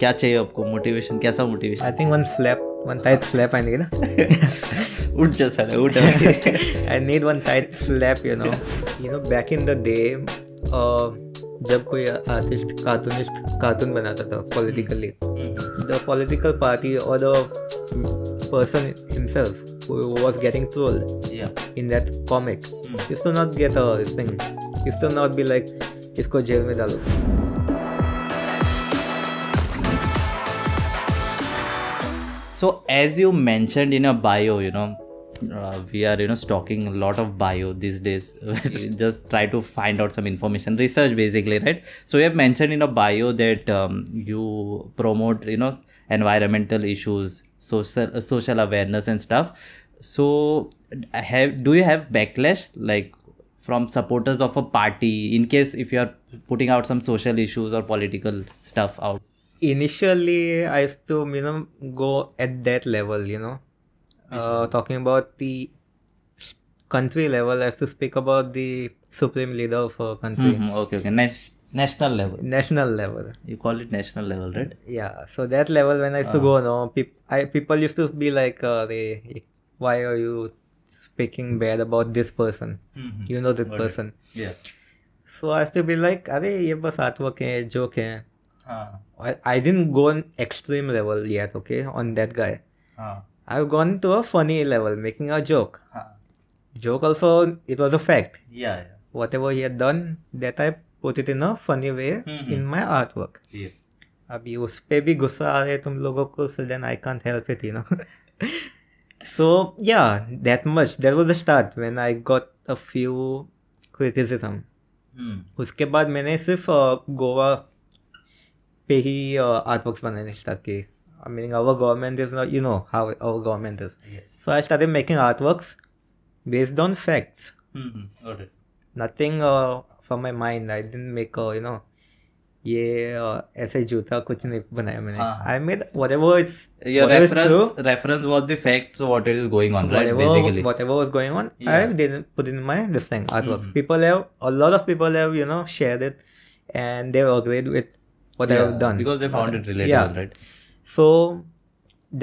क्या चाहिए आपको मोटिवेशन कैसा motivation I think one slap one tight slap आएंगे ना उठ जा साला उठ अभी। आई need one tight slap you know you know back in the day uh, जब कोई आर्टिस्ट कार्टूनिस्ट कार्टून बनाता था पॉलिटिकली द पॉलिटिकल पार्टी और the person himself was getting trolled Yeah. in that comic Mm. used to not get a thing used to not be like इसको jail में डालो So as you mentioned in a bio, you know, uh, we are you know stalking a lot of bio these days. Just try to find out some information, research basically, right? So you have mentioned in a bio that um, you promote you know environmental issues, social uh, social awareness and stuff. So have do you have backlash like? from supporters of a party in case if you are putting out some social issues or political stuff out initially I used to you know go at that level you know uh, talking about the s- country level I used to speak about the supreme leader of a country Mhm, okay okay Nas- national level national level You call it national level, right? yeah so that level when I used to go no peop- I, people used to be like uh, they, why are you speaking bad about this person Hmm. you know that person Mm-hmm. Yeah. So I to be like अरे ये बस artwork है joke है हाँ, I didn't go on extreme level yet okay on that guy हाँ, I have gone to a funny level making a joke हाँ. Joke also it was a fact ah. Yeah, yeah. Whatever he done that I put it in a funny way in my art work Yeah. अभी उस पर भी गुस्सा आ रहा है तुम लोगों को so then I can't help it you know सो या that much that was the start when I got a few criticism Hmm. उसके बाद मैंने सिर्फ अ, गोवा पे ही आर्टवर्क्स बनाने स्टार्ट किए I meaning our government is not you know how our government is Yes. So I started making artworks based on facts Hmm. Got it. Nothing from my mind I didn't make you know ये अ, ऐसे जूता कुछ नहीं बनाया मैंने हाँ। I made whatever it's Ah. Your whatever is reference true, reference was the facts of what is going on, right? whatever Basically. whatever was going on i Yeah. Mm-hmm. didn't put in my this thing artworks people have a lot of people have you know shared it and they've agreed with what Yeah, i've done Because they found it relatable, Yeah. right? so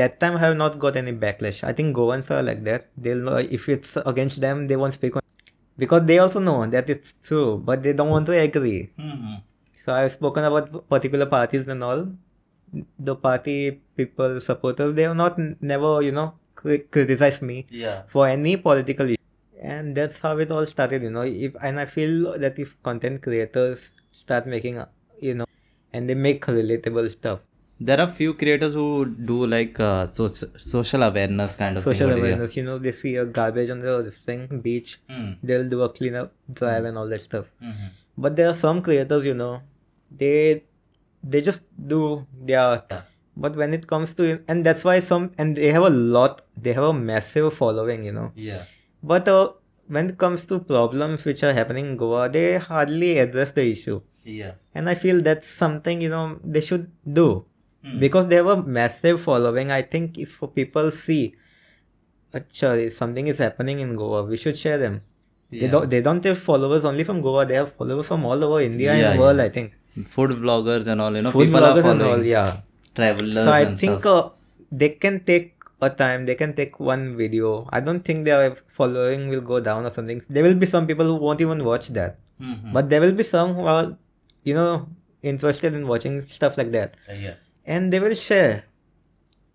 that time i have not got any backlash i think goans are like that they'll know if it's against them they won't speak on because they also know that it's true but they don't want to agree Mm-hmm. so I've spoken about particular parties and all. The party people, supporters, they have not never, you know, cri- criticized me Yeah. for any political issue. And that's how it all started, you know. If and I feel that if content creators start making, you know, and they make relatable stuff, There are few creators who do like uh, so- social awareness kind of social thing. over here. awareness, you know, they see a garbage on the this thing beach, Hmm. they'll do a cleanup drive and all that stuff. Mhm. But there are some creators, you know, they they just do their but when it comes to and that's why some and they have a lot they have a massive following, you know. Yeah. But uh, when it comes to problems which are happening in Goa, they hardly address the issue. Yeah. And I feel that's something, you know, they should do. Hmm. Because they have a massive following. I think if people see actually something is happening in Goa, we should share them. They Yeah. don't they don't have followers only from Goa, they have followers from all over India Yeah, and yeah. the world, I think. Food vloggers and all, you know, Food people are bloggers following and all, yeah. travelers So I and think stuff. uh, they can take a time. They can take one video. I don't think their following will go down or something. There will be some people who won't even watch that, Mhm. but there will be some who are, you know, interested in watching stuff like that, Yeah. and they will share.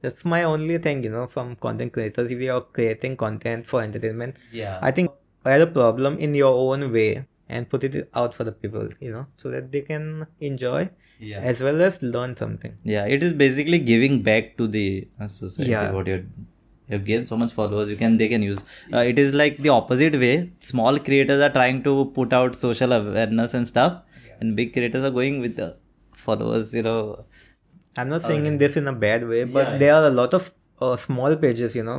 That's my only thing, you know, from content creators. If you are creating content for entertainment, Yeah. I think add a problem in your own way and put it out for the people, you know, so that they can enjoy Yeah. as well as learn something. Yeah, it is basically giving back to the uh, society. Yeah. What you're, you've gained so much followers, you can they can use. Uh, it is like the opposite way. Small creators are trying to put out social awareness and stuff, and big creators are going with the followers. You know. I'm not saying in this in a bad way, but Yeah, Mm. there are a lot of uh, small pages, you know.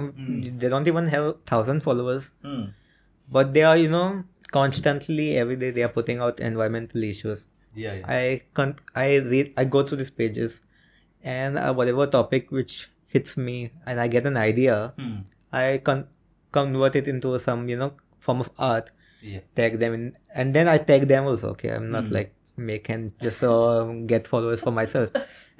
They don't even have thousand followers, but they are, you know, constantly every day they are putting out environmental issues. Yeah. I con- I read, I go through these pages, and uh, whatever topic which hits me, and I get an idea, Hmm. I con- convert it into some, you know, form of art. Yeah. Hmm. Tag them in, and then I tag them also. Okay, I'm not like make and just uh, get followers for myself.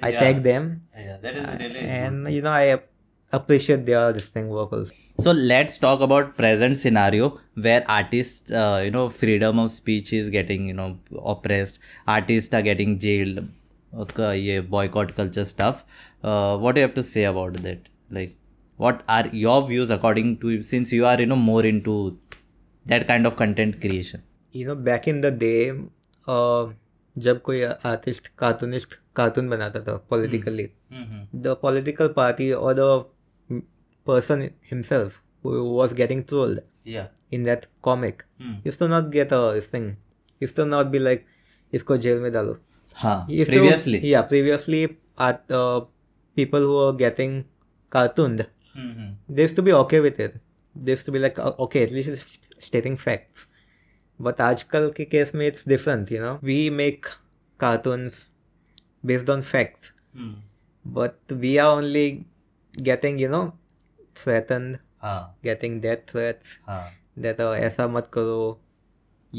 I Yeah. tag them Yeah, that is really. and you know I ap- appreciate their this thing work also. So let's talk about present scenario where artists, uh, you know, freedom of speech is getting, you know, oppressed. Artists are getting jailed. Okay, yeah, boycott culture stuff. Uh, what do you have to say about that? Like, what are your views according to since you are, you know, more into that kind of content creation? You know back in the day, uh, जब कोई artist cartoonist cartoon बनाता था politically Hmm. the political party or the m- person himself who was getting trolled Yeah. in that comic used to not get a this thing used to not be like isko jail mein dalo Huh. Used to- Previously. yeah previously at uh, people who were getting cartooned they used to be okay with it they used to be like "Oh, okay at least it's stating facts but आजकल के case में it's different you know we make cartoons based on facts but we are only getting you know threatened हाँ, getting death threats हाँ. that uh, ऐसा मत करो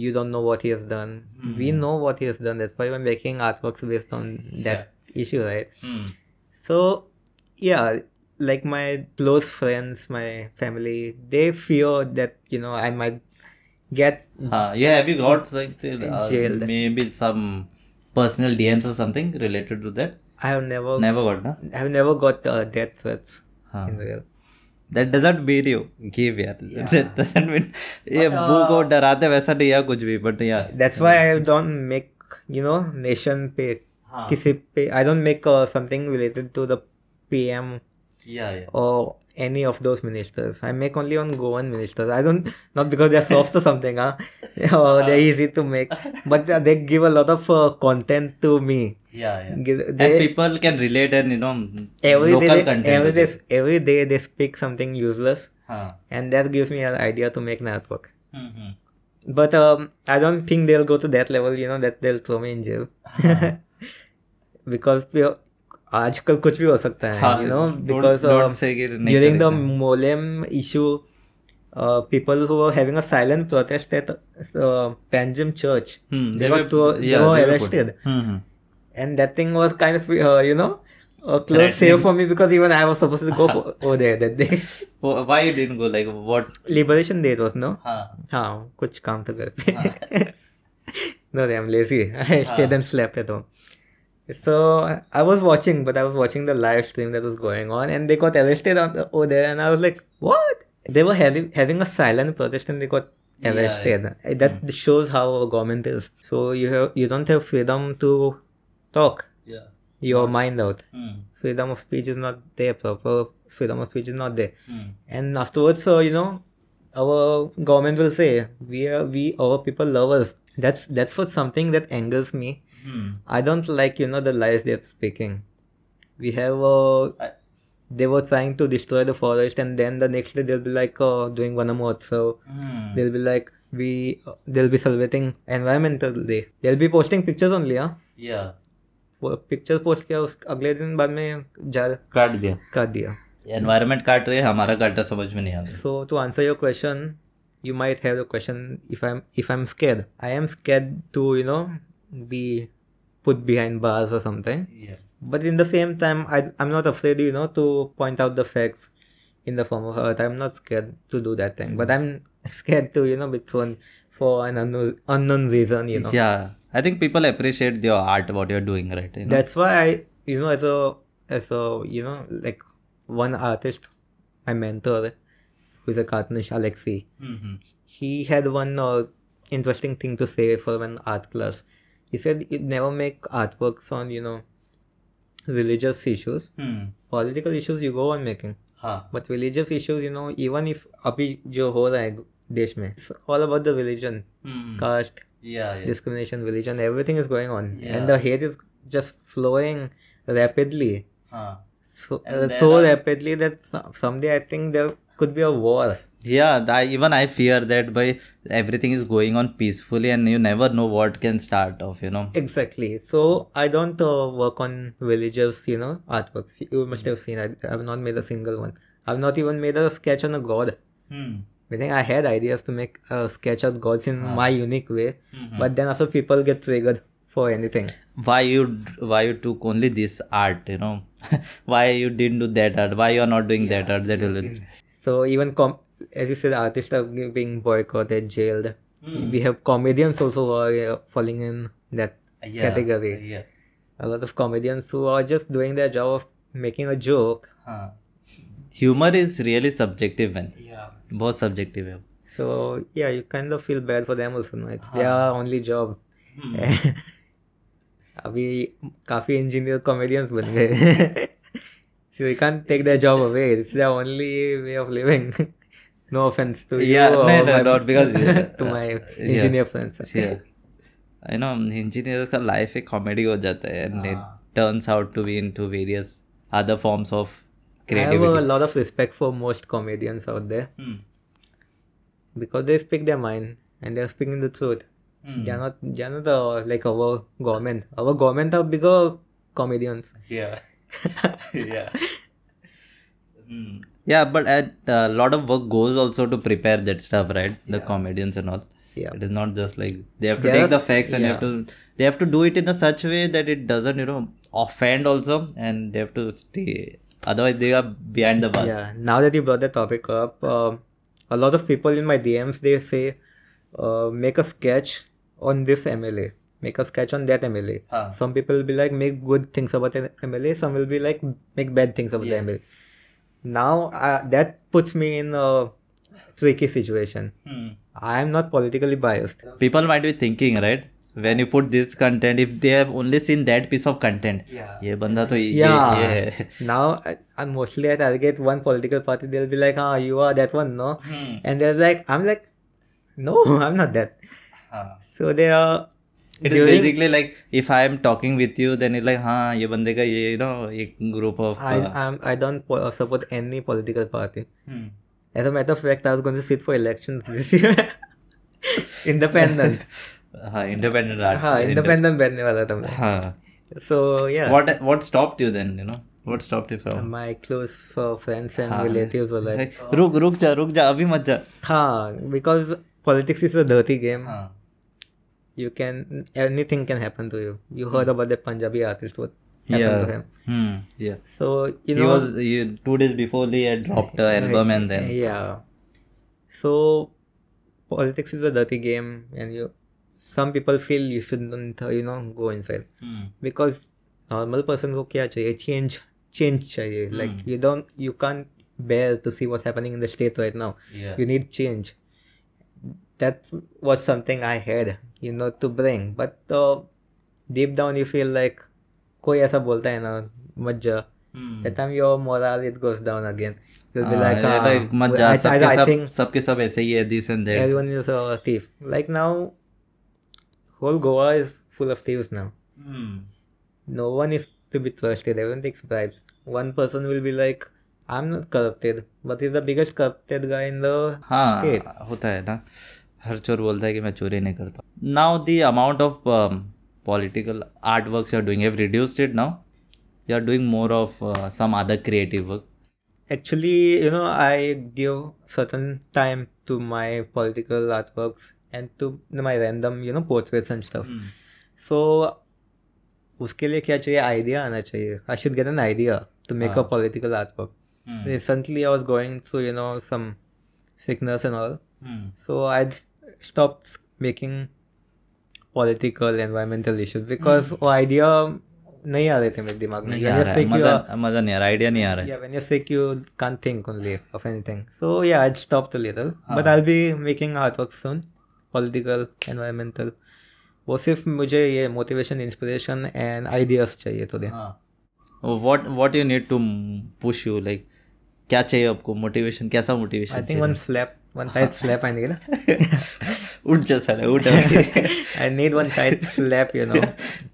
you don't know what he has done we know what he has done that's why we're making artworks based on that issue right so yeah like my close friends my family they fear that you know i might get Uh, yeah, have you got like the, Jailed. uh, maybe some personal DMs or something related to that? i have never Never got, no? i've never got uh, death threats in real That doesn't mean you give यार that doesn't mean ये भूख को डराते वैसा नहीं है कुछ भी but yeah That's why I don't make you know nation pay हाँ. किसी पे I don't make uh, something related to the PM yeah yeah or any of those ministers. I make only on Goan ministers. I don't not because they're soft or something, huh? or they're easy to make, but they- they give a lot of uh, content to me. yeah yeah Give- and They, people can relate and you know every day, local they- content every with day, it. every day they speak something useless, हाँ and that gives me an idea to make an artwork. हम्म, हम्म. But um, I don't think they'll go to that level, you know, that they'll throw me in jail. because we- आजकल कुछ भी हो सकता हाँ, है you know don't- because don't say कि नहीं ड्यूरिंग द करेगा। Mollem issue uh, people who were having a silent protest at uh, Panjim church Hmm, they were yeah, they were put- arrested हम्म, हम्म. And that thing was kind of you know uh, a close save for me because even I was supposed to go for, over there that day. Wh- why you didn't go like what Liberation Day it was, no? हाँ हाँ कुछ काम तो घर पे no they I am lazy I state and slept at home so I was watching but I was watching the live stream that was going on and they got arrested on over there and I was like what they were having a silent protest and they got arrested Eh, that shows how our government is so you have you don't have freedom to talk yeah your mind out हम्म, freedom of speech is not there proper freedom of speech is not there हम्म. and afterwards, uh, you know, our government will say, "We are we our people lovers." That's that's what something that angers me. Hmm. I don't like you know the lies they're speaking. We have uh, I- they were trying to destroy the forest, and then the next day they'll be like uh, doing Vanamotsav. Hmm. They'll be like we uh, they'll be celebrating environmental day. They'll be posting pictures only, huh? yeah वो pictures post किया उस अगले दिन बाद में jar काट दिया कर दिया एनवायरमेंट काट रहे हैं, हमारा काट रहा समझ में नहीं आता So to answer your question, you might have the question if I'm if I'm scared. I am scared to you know be put behind bars or something. yeah But in the same time, I I'm not afraid you know to point out the facts in the form of hurt. I'm not scared to do that thing. But I'm scared to you know be thrown for an unknown unknown reason. You know yeah i think people appreciate your art what you're doing right you know? that's why I you know as a as a you know like one artist, my mentor, who is a cartoonist Alexei. Mhm. he had one uh, interesting thing to say for an art class. He said you never make artworks on you know religious issues, Hmm. political issues. You go on making, हाँ but religious issues, you know, even if अभी जो हो रहा है देश में, it's all about the religion, Hmm. caste, Yeah, yeah. discrimination, religion. Everything is going on, Yeah. and the hate is just flowing rapidly. Huh. So, And uh, there so are- rapidly that so- someday I think there could be a war. Yeah, th- I, even I fear that by everything is going on peacefully and you never know what can start off, you know. Exactly. So I don't uh, work on religious, you know, artworks. You must have seen. I, I've not made a single one. I've not even made a sketch on a god. Hmm. I think I had ideas to make a sketch of gods in my unique way, Mhm. but then also people get triggered for anything. why you why you took only this art you know why you didn't do that art why you are not doing that art that will So even com- as you said, artists are being boycotted, jailed. Hmm. We have comedians also who are uh, falling in that category. yeah a lot of comedians who are just doing their job of making a joke. huh. humor is really subjective man Yeah. बहुत subjective है So yeah, you kind of feel bad for them also. No? It's their only job. Hmm. अभी काफी engineer comedians बन गए so you can't take their job away it's their only way of living no offense to Yeah, you no, or no, my, not because- to my Yeah. engineer friends I know engineer um, का life एक comedy हो जाता है and it turns out to be into various other forms of I have a creativity lot of respect for most comedians out there because they speak their mind and they're speaking the truth. They're not they're not uh, like our government. Our government are bigger comedians. yeah yeah Hmm. yeah but a uh, lot of work goes also to prepare that stuff right the comedians and all Yeah. it is not just like they have to There take are- the facts and they have to they have to do it in a such way that it doesn't you know offend also and they have to stay otherwise they are behind the bus Yeah. Now that you brought the topic up, um a lot of people in my DMs they say, uh, make a sketch on this MLA. Make a sketch on that MLA. Huh. Some people will be like, make good things about an MLA. Some will be like, make bad things about the MLA. Now uh, that puts me in a tricky situation. I am not politically biased. people might be thinking right when you put this content if they have only seen that piece of content तो yeah ye banda to ye- Yeah. ye, ye. Now, I, I mostly I target one political party. They'll be like, "Ah, you are that one, no?" Hmm. And they're like, "I'm like, no, I'm not that." So they are. हाँ। It is basically like if I am talking with you, then it's like, हाँ ये बंदे का ये you know एक group of हाँ। I I'm, I don't po- uh, support any political party. Hmm. As a matter of fact, I was going to sit for elections this year. independent. हाँ independent art. हाँ independent बनने वाला था मैं. हाँ. So yeah. What what stopped you then? You know what stopped you from? My close uh, friends and relatives were like, Like, रुक रुक जा रुक जा अभी मत जा. "Ha," because politics is a dirty game. हाँ. you can anything can happen to you you heard about the punjabi artist what happened to him Hmm. Yeah. so you He know was you, two days before he had dropped the album and then yeah so politics is a dirty game and you some people feel you shouldn't uh, you know go inside Hmm. because normal person को क्या चाहिए change change चाहिए like you don't you can't bear to see what's happening in the states right now Yeah. you need change that was something I had you know to bring but uh, deep down you feel like कोई ऐसा बोलता है ना मत जा Hmm. that time your morale it goes down again you'll be हाँ, like, ये "Ah, like मत well, जा I, सबके I, I सब think सबके सब ऐसे ही है this and that. everyone is a thief like now whole Goa is full of thieves now Hmm. no one is to be trusted everyone takes bribes one person will be like I'm not corrupted but he's the biggest corrupted guy in the state हाँ होता है ना हर चोर बोलता है कि मैं चोरी नहीं करता now the amount of political art work you are doing have reduced it now you are doing more of some other creative work actually you know i give certain time to my political artworks and to my random you know portraits and stuff so उसके लिए क्या चाहिए idea आना चाहिए I should get an idea to make a हाँ। Political artwork हम्म। Recently I was going through you know some sickness and all So I stopped making political environmental issues because वो idea नहीं आ रहे थे मेरे दिमाग में हम्म। नहीं When आ you're रहा है sick, you are- मज़ा मज़ा नहीं आ रहा आइडिया नहीं आ रहा है yeah, when you're sick, you can't think only of anything. So yeah, I'd stopped a little, but I'll be making artwork soon, political, environmental. वो सिर्फ मुझे ये motivation, inspiration and ideas चाहिए तो they what what you need to push you like क्या चाहिए आपको motivation कैसा I motivation think one slap, one tight slap I need. उठ जा साला उठ अभी। I need one tight slap, you know,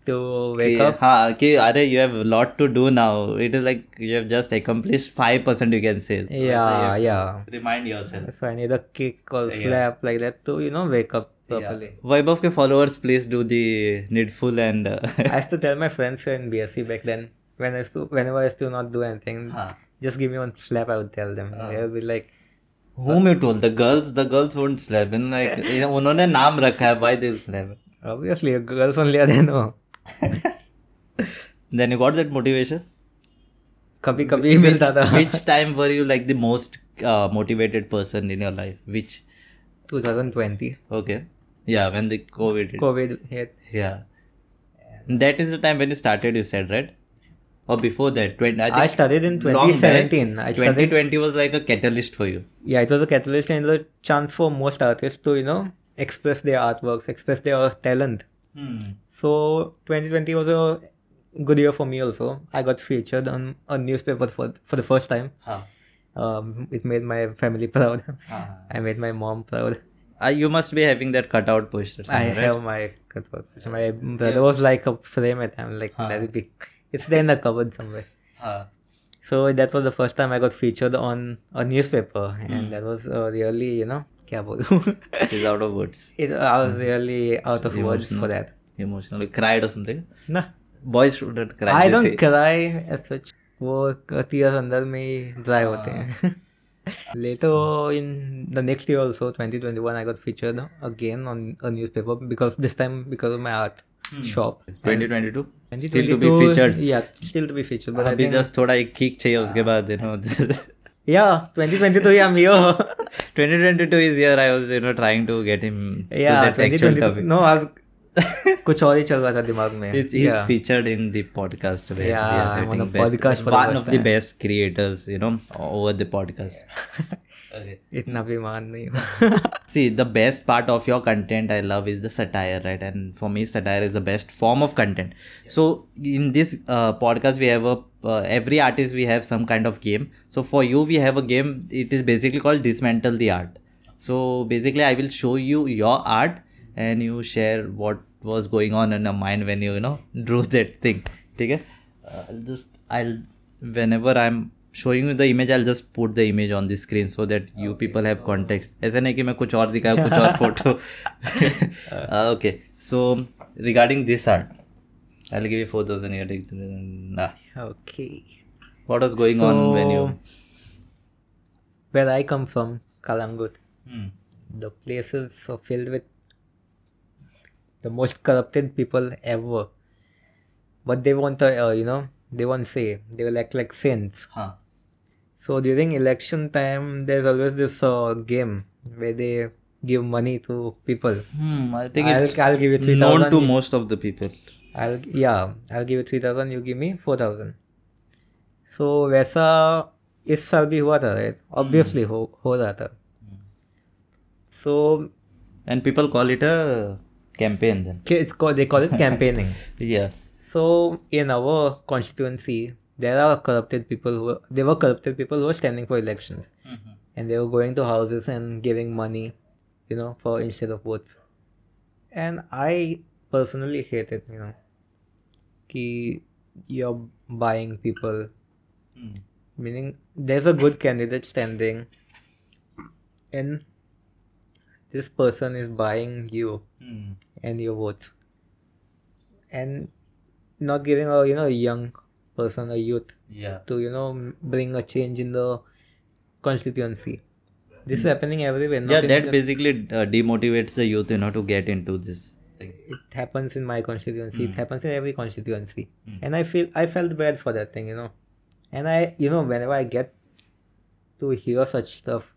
to wake up. कि हाँ कि अरे you have lot to do now it is like you have just accomplish 5% you can say Yeah, yeah. remind yourself So I need a kick or slap like that to, you know, wake up properly. Vaibhav ke followers please do the needful and uh, I used to tell my friends here in BSc back then, when I used to, whenever I used to not do anything, हाँ. just give me one slap, I would tell Ah. them. They'll be like, whom you told the girls the girls won't slap and like you know, उन्होंने नाम रखा है why they slap Obviously, girls only are there, no. then you got that motivation कभी कभी मिलता था which time were you like the most uh, motivated person in your life which 2020 okay yeah when the covid hit. covid hit yeah that is the time when you started you said right or before that 20 i I think started in long back, 2017 I started 2020 was like a catalyst for you yeah it was a catalyst and a chance for most artists to you know express their artworks express their talent so 2020 was a good year for me also I got featured on a newspaper for for the first time Huh. um, it made my family proud Ah. I made my mom proud Uh, you must be having that cutout poster I somewhere, right? have my cutwork. My brother was like a frame at time, like that is big. It's there in the cupboard somewhere. Huh. So that was the first time I got featured on a newspaper, and Hmm. that was uh, really, you know, क्या बोलूं? is out of words it, I Hmm. was really out of words for that. emotionally cried or something No, boys shouldn't cry I they don't say. cry as such. वो tears अंदर में ही dry होते Ah. हैं. Later in the next year also, 2021, I got featured again on a newspaper because this time because of my art Hmm. shop. 2022 still to be 2022 featured Ah. Yeah, still to be featured. But I अभी think, Ah. Just थोड़ा एक kick चाहिए उसके बाद you know 2022 yeah, 2022, yeah, I'm here. is here I was you know trying to get him to yeah, that actual 2022. topic No, आज कुछ और ही चल रहा था दिमाग में. He's, he's featured in the podcast where Yeah, we are I'm on getting a best- podcast for the one first of the best creators you know over the podcast okay इतना बेमान नहीं हूँ. See, the best part of your content I love is the satire, right? And for me, satire is the best form of content. So in this uh, podcast, we have a uh, every artist we have some kind of game. So for you, we have a game. It is basically called dismantle the art. So basically, I will show you your art, and you share what was going on in your mind when you you know drew that thing. Okay, uh, I'll just I'll whenever I'm showing you the image i'll just put the image on the screen so that you people have context ऐसा नहीं कि मैं कुछ और दिखाया कुछ और Uh, photo okay so regarding this art I will give you 4000 here take nah Okay. what was going on when you Where I come from, Kalangut, hmm. the places are filled with the most corrupted people ever. But they won't, uh, uh, you know, they won't say. They will act like saints. huh So during election time, there's always this uh, game where they give money to people. hmm i think I'll, it's I'll give you three known to thousand. most of the people I'll yeah, I'll give you three thousand. You give me four thousand. So वैसा इस साल भी हुआ था right? Obviously Hmm. हो हो रहा था. So and people call it a campaign then it's called they call it campaigning. yeah So in our constituency, there are corrupted people who were, they were corrupted people who were standing for elections, and they were going to houses and giving money, you know, for instead of votes. And I personally hate it, you know, ki you're buying people. Mm-hmm. Meaning, there's a good candidate standing, and this person is buying you and your votes and not giving a you know young person a youth yeah to you know m- bring a change in the constituency this is happening everywhere not Hmm. yeah in that just- basically uh, demotivates the youth you know to get into this thing it happens in my constituency Hmm. it happens in every constituency and i feel i felt bad for that thing you know and i you know whenever i get to hear such stuff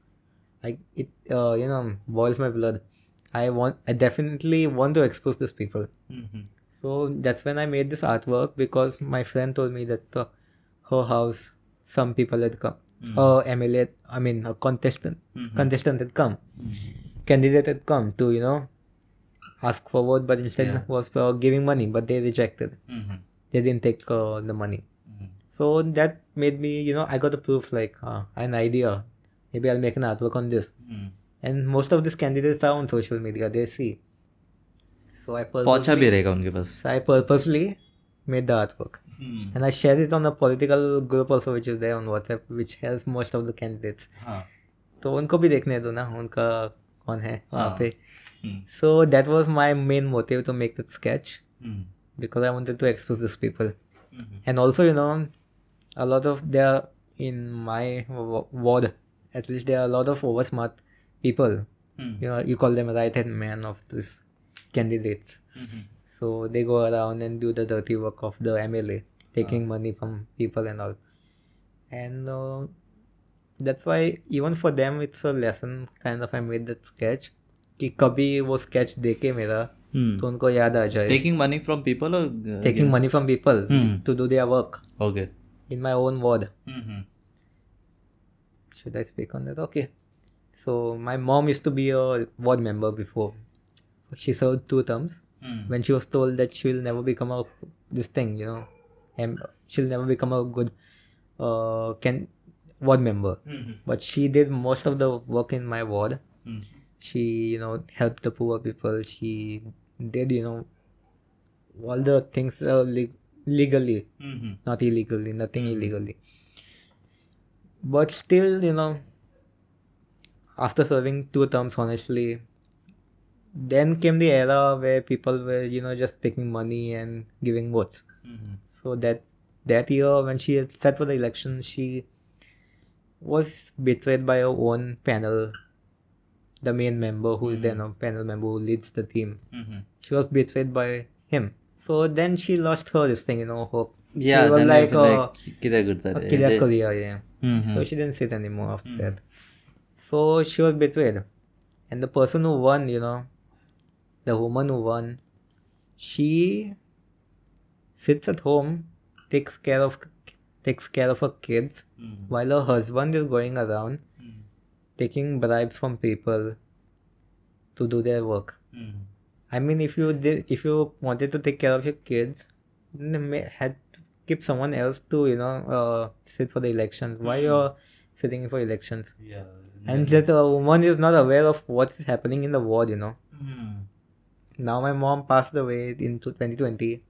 like it uh, you know boils my blood i want i definitely want to expose these people So that's when I made this artwork because my friend told me that uh, her house, some people had come, a MLA, I mean a contestant, contestant had come, Mm-hmm. candidate had come to you know, ask for vote, but instead was for giving money, but they rejected. They didn't take uh, the money. So that made me, you know, I got a proof like uh, an idea. Maybe I'll make an artwork on this. And most of these candidates are on social media. They see. So I purposely पहुंचा भी रहेगा उनके पास so I purposely made the artwork. And I shared it on a political group also which is there on WhatsApp, which has most of the candidates. तो उनको भी देखने दो ना उनका कौन है वहाँ पे so that was my main motive to make that sketch because I wanted to expose these people. And also, you know, a lot of there in my wa- ward, at Mm-hmm. least there are a lot of oversmart people. You know, you call them right hand man of this candidates. Hmm. So they go around and do the dirty work of the MLA, taking money from people and all. And uh, that's why even for them it's a lesson kind of I made that sketch कि कभी वो sketch देखे मेरा तो उनको याद आ जाए taking money from people or uh, taking money Mm-hmm. from people Hmm. to do their work okay in my own word. mm-hmm. Should I speak on that? Okay. So my mom used to be a ward member before. She served two terms. When she was told that she'll never become a this thing, you know, and she'll never become a good uh can ward member. But she did most of the work in my ward. She, you know, helped the poor people. She did, you know, all the things uh, le- legally Mm-hmm. not illegally, nothing illegally. But still, you know, after serving two terms, honestly, then came the era where people were, you know, just taking money and giving votes. So that that year, when she had sat for the election, she was betrayed by her own panel, the main member who is then a panel member who leads the team. Mm-hmm. She was betrayed by him. So then she lost her this thing, you know, hope. yeah she was then like, like, uh, Mm-hmm. like kidhar gudhar a killer career, yeah. Hmm. So she didn't sit anymore after that. So she was betrayed. And the person who won, you know, the woman who won, she sits at home, takes care of takes care of her kids, while her husband is going around taking bribes from people to do their work. I mean, if you did, if you wanted to take care of your kids, then you may had to keep someone else to you know uh, sit for the elections. Why you're sitting for elections? yeah And that a woman is not aware of what is happening in the world. You know. Now my mom passed away in tw- 2020.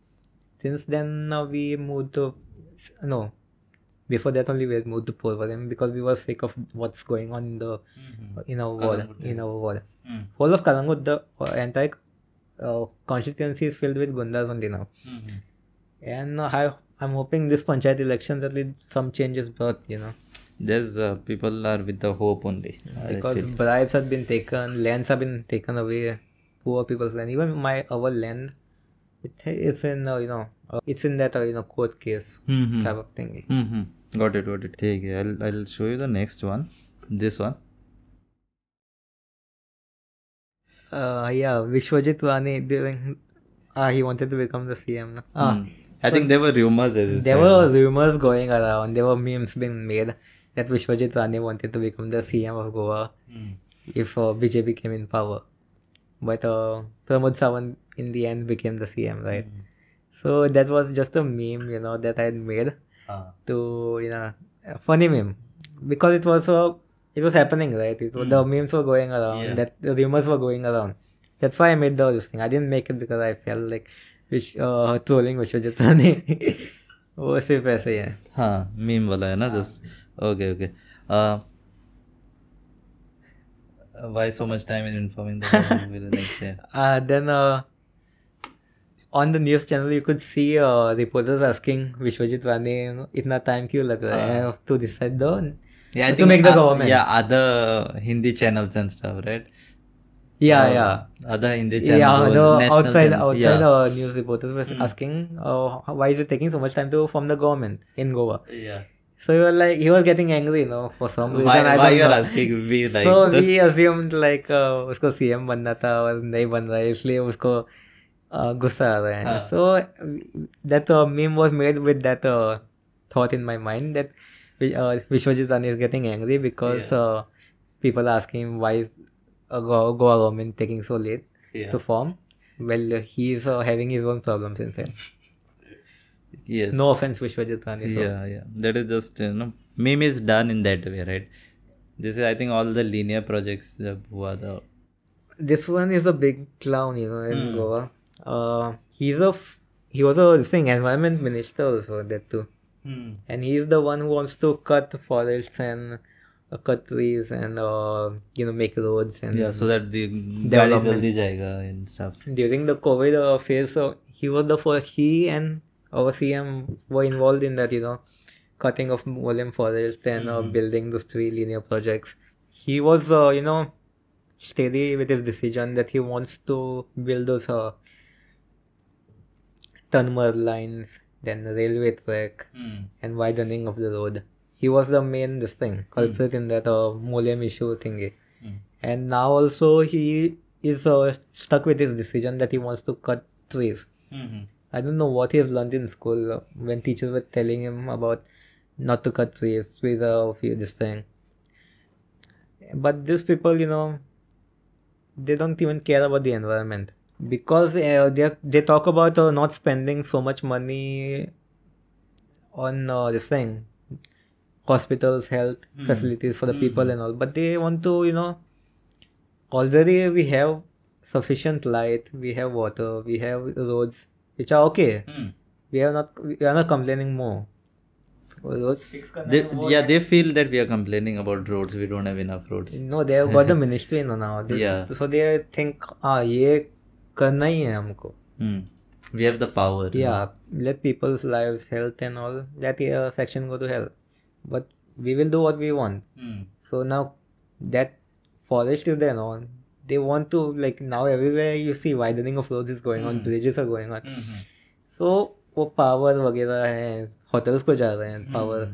Since then, now we moved to no. Before that, only we had moved to Polvarim because we were sick of what's going on in the in our world. Kalangut, In our world Mm. whole of Kalangut, the uh, entire uh, constituency is filled with Gundas only now. Mm-hmm. And uh, I, I'm hoping this panchayat elections at least some changes brought, you know, There's uh, people are with the hope only. I because feel. bribes have been taken, lands have been taken away, poor people's land. Even my our land, it, it's in uh, you know, uh, it's in that uh, you know court case Mhm. type of thingy. Mm-hmm. Got it, got it. Take it. I'll, I'll show you the next one. This one. Uh, yeah, Vishwajit Vani during, ah, he wanted to become the CM. No? Hmm. Ah, I think there were rumors as you There said. were rumors going around. There were memes being made that Vishwajit Rane wanted to become the CM of Goa if uh, BJP came in power. But uh, Pramod Sawant in the end became the CM, right? So that was just a meme, you know, that I had made Ah. to, you know, a funny meme because it was uh, it was happening, right? It, was The memes were going around. Hmm. Yeah. That the rumors were going around. That's why I made the this thing. I didn't make it because I felt like Vish, uh, trolling Oh, Vishwajit Rane. वो सिर्फ ऐसे ही है हाँ meme वाला है ना just okay okay Uh, why so much time in informing Uh, then uh, on the news channel, you could see uh, reporters asking Vishwajit Rane, "Itna time क्यों लग रहा है to decide the Ah. Yeah, I to think make the oth- government." Yeah, other Hindi channels and stuff, right? yeah, Uh, yeah. Other Hindi channels. Yeah, or the national outside channel- outside yeah. Hmm. uh, news reporters was asking, uh, "Why is it taking so much time to form the government in Goa?" yeah. So you were like, he was getting angry, you know, for some reason. Why, I why don't you are know. asking me like so this? we assumed like uh, उसको CM बनना था और नहीं बन रहा है इसलिए उसको uh, गुस्सा आ रहा है so that meme was made with that thought in my mind that uh, Vishwajit Rane is getting angry because uh, people asking why is uh, Goa government taking so late Yeah. To form well he is having his own problems inside yes. No offence Vishwajit Rane so Yeah, yeah. That is just you know, meme is done in that way, right? This is I think all the linear projects जब हुआ था. this one is a big clown, you know, in Goa. Uh, he's a f- he was a thing environment minister also that too, Hmm. and he's the one who wants to cut forests and uh, cut trees and uh, you know make roads and Yeah, so that the गाड़ी Development. जल्दी जाएगा and stuff. during the COVID uh, phase, so he was the first. He and our CM were involved in that, you know, cutting of volume forest and uh, building those three linear projects. He was, uh, you know, steady with his decision that he wants to build those uh, Tanmar lines, then railway track, Hmm. and widening of the road. He was the main this thing culprit in that uh, Molem issue thingy, Hmm. and now also he is uh, stuck with his decision that he wants to cut trees. Mhm. I don't know what he has learned in school uh, when teachers were telling him about not to cut trees, trees are of you, this thing. But these people, you know, they don't even care about the environment because uh, they are- they talk about uh, not spending so much money on uh, this thing, hospitals, health facilities for the people and all. But they want to, you know, already we have sufficient light, we have water, we have roads which are okay. Hmm. We are not we are not complaining more. Roads They, yeah, they feel that we are complaining about roads. We don't have enough roads. No, they have got the ministry no now. They, Yeah. So they think, ah, ये करना ही है हमको. Hmm. We have the power. Yeah, let people's lives, health and all, that uh, section go to hell. But we will do what we want. Hmm. So now that forest is there now. They want to, like, now everywhere you see widening of roads is going on, bridges are going on. Mhm. सो वो power वगैरह है hotels को जा रहे हैं power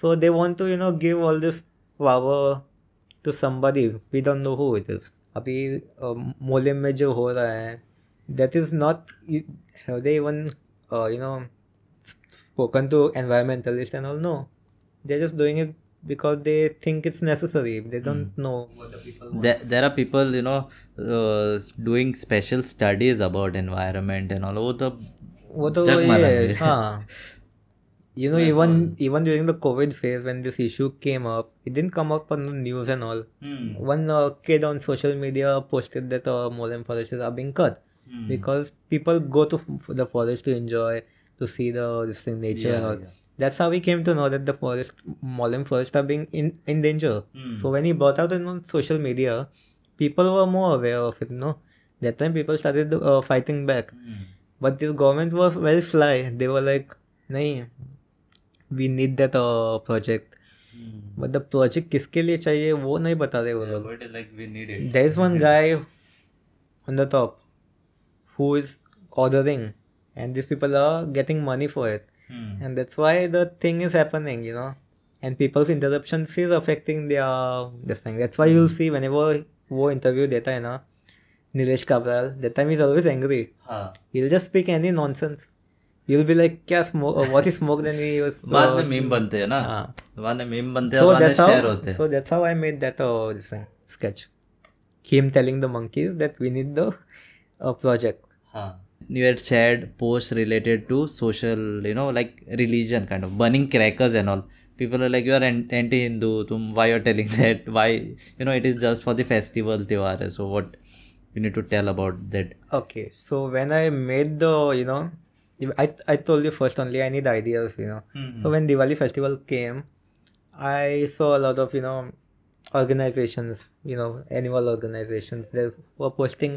so they want to you know give all this power to somebody we don't know who it is अभी मोलिम में जो हो रहा है that is not have they even you know spoken to environmentalists and all no they're just doing it because they think it's necessary they don't know what the people want. There, there are people, you know, uh, s- doing special studies about environment and all over the. वो तो जग मारा ये है। हाँ you know even even during the covid phase when this issue came up it didn't come up on the news and all Hmm, one uh, kid on social media posted that uh, Molem forests are being cut hmm, because people go to f- the forest to enjoy to see the this thing nature and all. That's how we came to know that the forest Molem forests are being in, in danger. Hmm. So when he brought out it on social media, people were more aware of it. No, that time people started uh, fighting back. hmm, But this government was very sly. They were like, "नहीं, we need that uh, project." hmm. But the project किसके लिए चाहिए वो नहीं बता रहे वो लोग Like we need there is one guy on the top who is ordering and these people are getting money for it Hmm. and that's why the thing is happening you know and people's interruptions is affecting their this thing that's why you'll see whenever wo interview data hai na Nilesh Kabral that time he's always angry हाँ. he'll just speak any nonsense you'll be like क्या smoke uh, what is smoke then he was बाद में meme बनते हैं ना हाँ. बाद में meme बनते हैं so बाद में that's share how होते हैं so that's how I made that uh, this thing, sketch. Him telling the monkeys that we need the uh, project. You had shared posts related to social, you know, like religion kind of burning crackers and all. People are like, you are an- anti-Hindu. Tum, why you're telling that? Why you know it is just for the festival Tiwara. So what you need to tell about that? Okay, so when I made the you know, I I told you first only I need ideas you know. Mm-hmm. So when Diwali festival came, I saw a lot of you know organizations you know animal organizations they were posting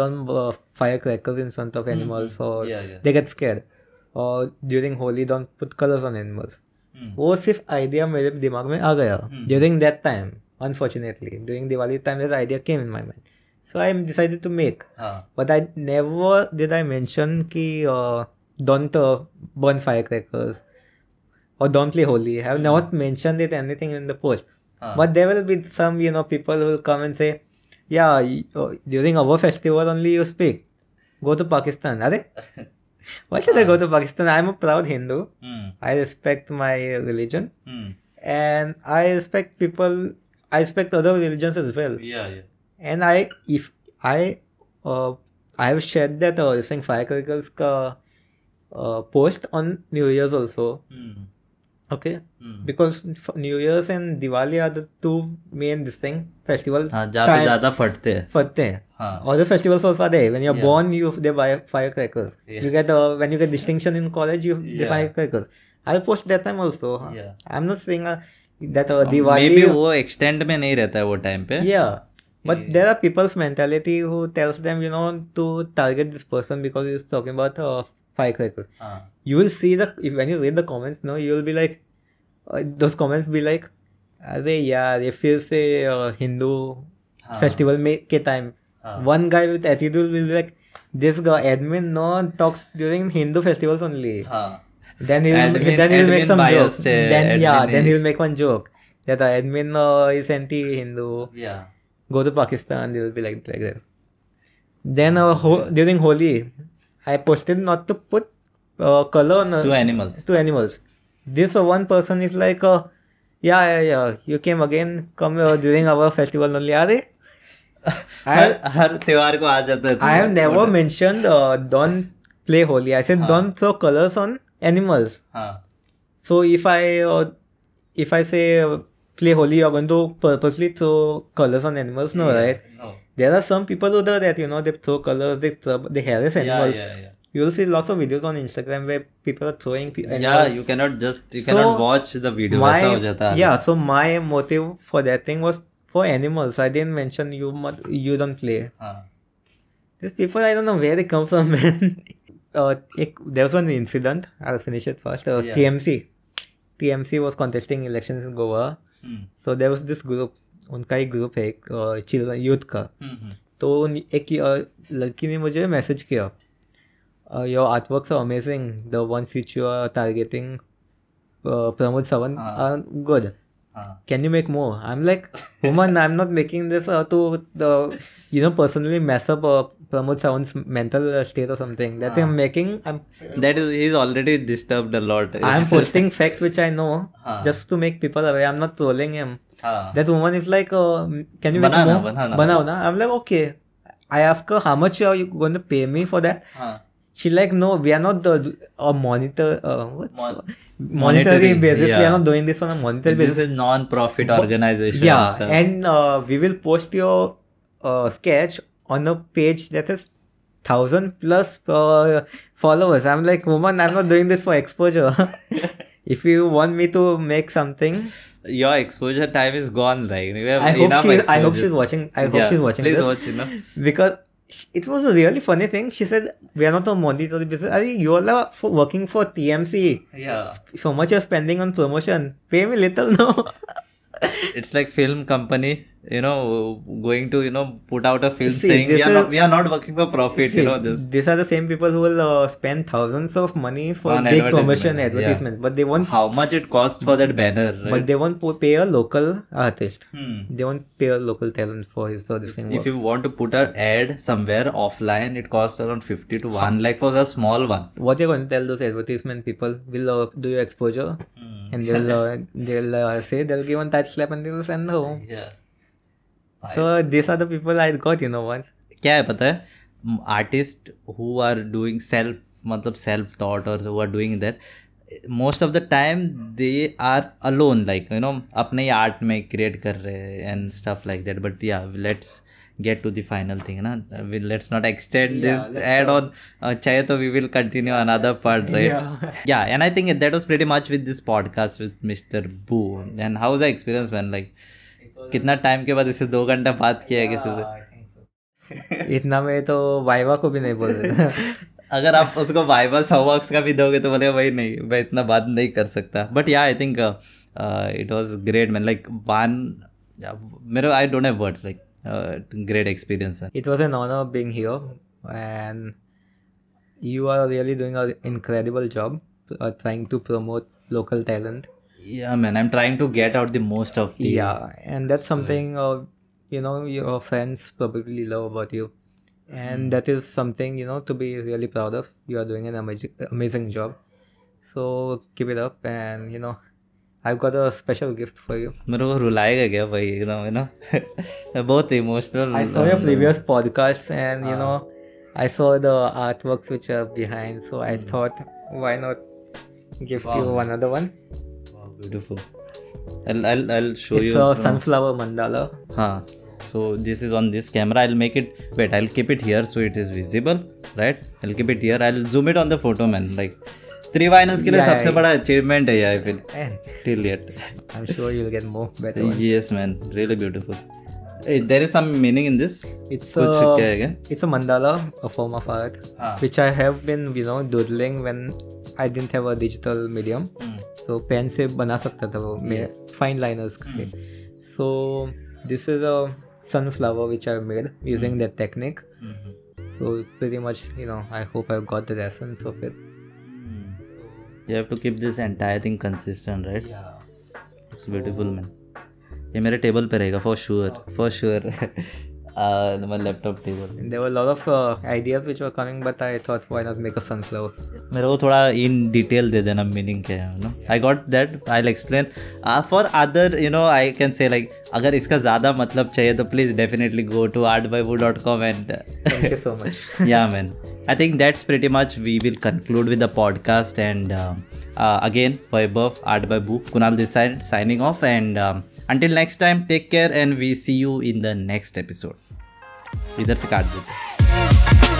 down uh, firecrackers in front of animals or Mm-hmm. Yeah, yeah. they get scared or during Holi don't put colors on Mm-hmm. animals. Hmm. वो सिर्फ idea मेरे दिमाग में आ गया during that time unfortunately during Diwali time that idea came in my mind so I am decided to make हाँ. But I never did I mention कि uh, don't burn fire crackers और don't play Holi I have not mention it anything in the post but there will be some you know people will come and say yeah during our festival only you speak go to Pakistan अरे Why should I go to Pakistan? I'm a proud Hindu. Hmm. I respect my religion and I respect people. I respect other religions as well. Yeah, yeah. And I, if I, uh, I have shared that uh, this thing firecrackers ka, uh, post on New Year's also. Hmm. Okay, because f- New Year's and Diwali are the two main this thing festival हाँ जहाँ पे time ज्यादा फटते हैं फटते हैं हाँ. Other festivals also are there. When you're Yeah. born, you they buy firecrackers. Yeah. You get uh, when you get distinction in college, you they Yeah. firecrackers. I'll post that time also. huh? Yeah. Um, I'm not saying uh, that uh, Maybe Diwali. वो extent में नहीं रहता है वो time पे. Yeah, but there are people's mentality who tells them you know to target this person because he's talking about uh, firecrackers. हाँ. You will see the if, when you read the comments, no, you will be like, uh, those comments be like, अरे यार ये फिर से uh, Hindu हाँ. Festival में के time one guy with attitude will be like this guy admin no talks during Hindu festivals only हाँ. then he'll Admin- then he'll make admin some biased, joke. uh, then yeah, admin then is- he'll make one joke that the admin uh, is anti-Hindu. Yeah. Go to Pakistan, they'll be like like that. Then uh, ho- during Holi, I posted not to put uh, color on Two uh, animals. to animals. This uh, one person is like, uh, yeah, yeah, yeah, you came again. Come uh, during our festival only. Are हर हर त्योहार को आ जाता है I have never mentioned uh, don't play Holi. I said don't throw colors on animals. हाँ. So if I uh, if I say uh, play holy, you're going to purposely throw colors on animals, no, right? No. There are some people who do that. You know, they throw colors, they throw, they harass Yeah, animals. yeah, yeah. You will see lots of videos on Instagram where people are throwing pe- Yeah, animals. you cannot just you So, cannot watch the video. वैसा हो जाता my है. yeah. So my motive for that thing was for animals. I didn't mention you. mu- You don't play. हाँ. These people, I don't know where they come from, man. Uh, ek- there was one incident. I'll finish it first. Uh, Yeah. TMC. TMC was contesting elections in Goa. Hmm. So there was this group उनका एक group है एक children youth का हम्म, हम्म. तो उन- एक uh, लड़की ने मुझे मैसेज किया your art work are amazing the ones which you are targeting Pramod Sawant हाँ. आर गुड हाँ. Can you make more I am like woman I am not making this to you know personally mess up Pramod Sawant's mental state और something that हाँ। I am making I am That is he's already disturbed a lot. I am posting facts which I know हाँ. Just to make people away I am not trolling him हाँ. That woman is like, uh, can you make Banana, more? banana. I'm like, okay. I ask her how much are you going to pay me for that? हाँ. She like, no, we are not the a monitor. Uh, what's Mon- monetary monetary, basis. We yeah. are not doing this on a monetary This basis. is non-profit organization. Yeah, so- and uh, we will post your uh, sketch on a page that is thousand plus uh, followers. I'm like, woman, I'm not doing this for exposure. if you want me to make something, your exposure time is gone. Like we have I hope enough she. I hope exposure. she's watching. I hope Yeah, she's watching Please this. watch. You know. because sh- it was a really funny thing. She said, "We are not on monetary business. Are you all are for working for TMC? Yeah, So much you're spending on promotion. Pay me little, no." it's like film company. You know, going to you know put out a film See, saying we this are is- not we are not working for profit. See, you know this. These are the same people who will uh, spend thousands of money for On big advertisement, promotion yeah. advertisements, but they won't. How much it cost for that banner? Right? But they won't po- pay a local artist. Hmm. They won't pay a local talent for his or the same If work. you want to put an ad somewhere offline, it costs around fifty to one lakh for a small one. What you're going to tell those advertisement people? Will uh, do your exposure, Hmm. and they'll uh, they'll uh, say they'll give one tight slap and they'll send home. Yeah. So these are the people I got, you know, once. क्या है पता है artist who are doing self मतलब self thought और who are doing that most of the time they are alone like you know अपने ही art में create कर रहे हैं and stuff like that but yeah let's get to the final thing ना let's not extend this add on चाहे तो we will continue another part right yeah and I think that was pretty much with this podcast with mister Boo and how is the experience man like कितना time के बाद इसे दो घंटा बात किया है किसी से इतना में तो वाइवा को भी नहीं बोल रहे अगर आप उसको वाइबल होमवर्क्स का भी दोगे तो बोले भाई नहीं मैं इतना बात नहीं कर सकता but yeah I think it was great man like one मेरा I don't have words like great experience है it was an honour being here and you are really doing a incredible job trying to promote local talent yeah man I am trying to get out the most of the yeah and that's something you know your friends probably love about you and that is something you know to be really proud of you are doing an amazing job so keep it up and you know I got a special gift for you मेरे को रुलाएगा क्या भाई एकदम you know बहुत emotional I saw your previous podcasts and you know I saw the artworks which are behind so I thought why not give you another one beautiful I'll, I'll, I'll show it's you. a sunflower mandala हाँ so this is on this camera i'll make it wait i'll keep it here so it is visible right i'll keep it here i'll zoom it on the photo man like three के लिए सबसे बड़ा achievement है I feel and till yet I'm sure you'll get more better ones. Yes man really beautiful there is some meaning in this it's कुछ क्या है a क्या it's a mandala a form of art Ah. which I have been you know doodling when I didn't have a digital medium तो pen से बना सकता था वो मैं फाइन लाइनर्स के so this is a sunflower which I made using that technique. Mhm. So it's pretty much, you know, I hope I've got the essence of it. You have to keep this entire thing consistent, right? Yeah. It's beautiful man ये मेरे table पे रहेगा for sure for sure Ah, my laptop table And there were a lot of uh, ideas which were coming, but I thought, why not make a sunflower? मेरे को थोड़ा in detail दे देना meaning क्या है no I got that I explain for other you know I can say like अगर इसका ज़्यादा मतलब चाहिए तो please definitely go to art by boo dot com and Thank you so much. yeah man i think that's pretty much we will conclude with the podcast and um, uh, again for above art by boo kunal this side signing off and um, until next time take care and we see you in the next episode इधर से काट देते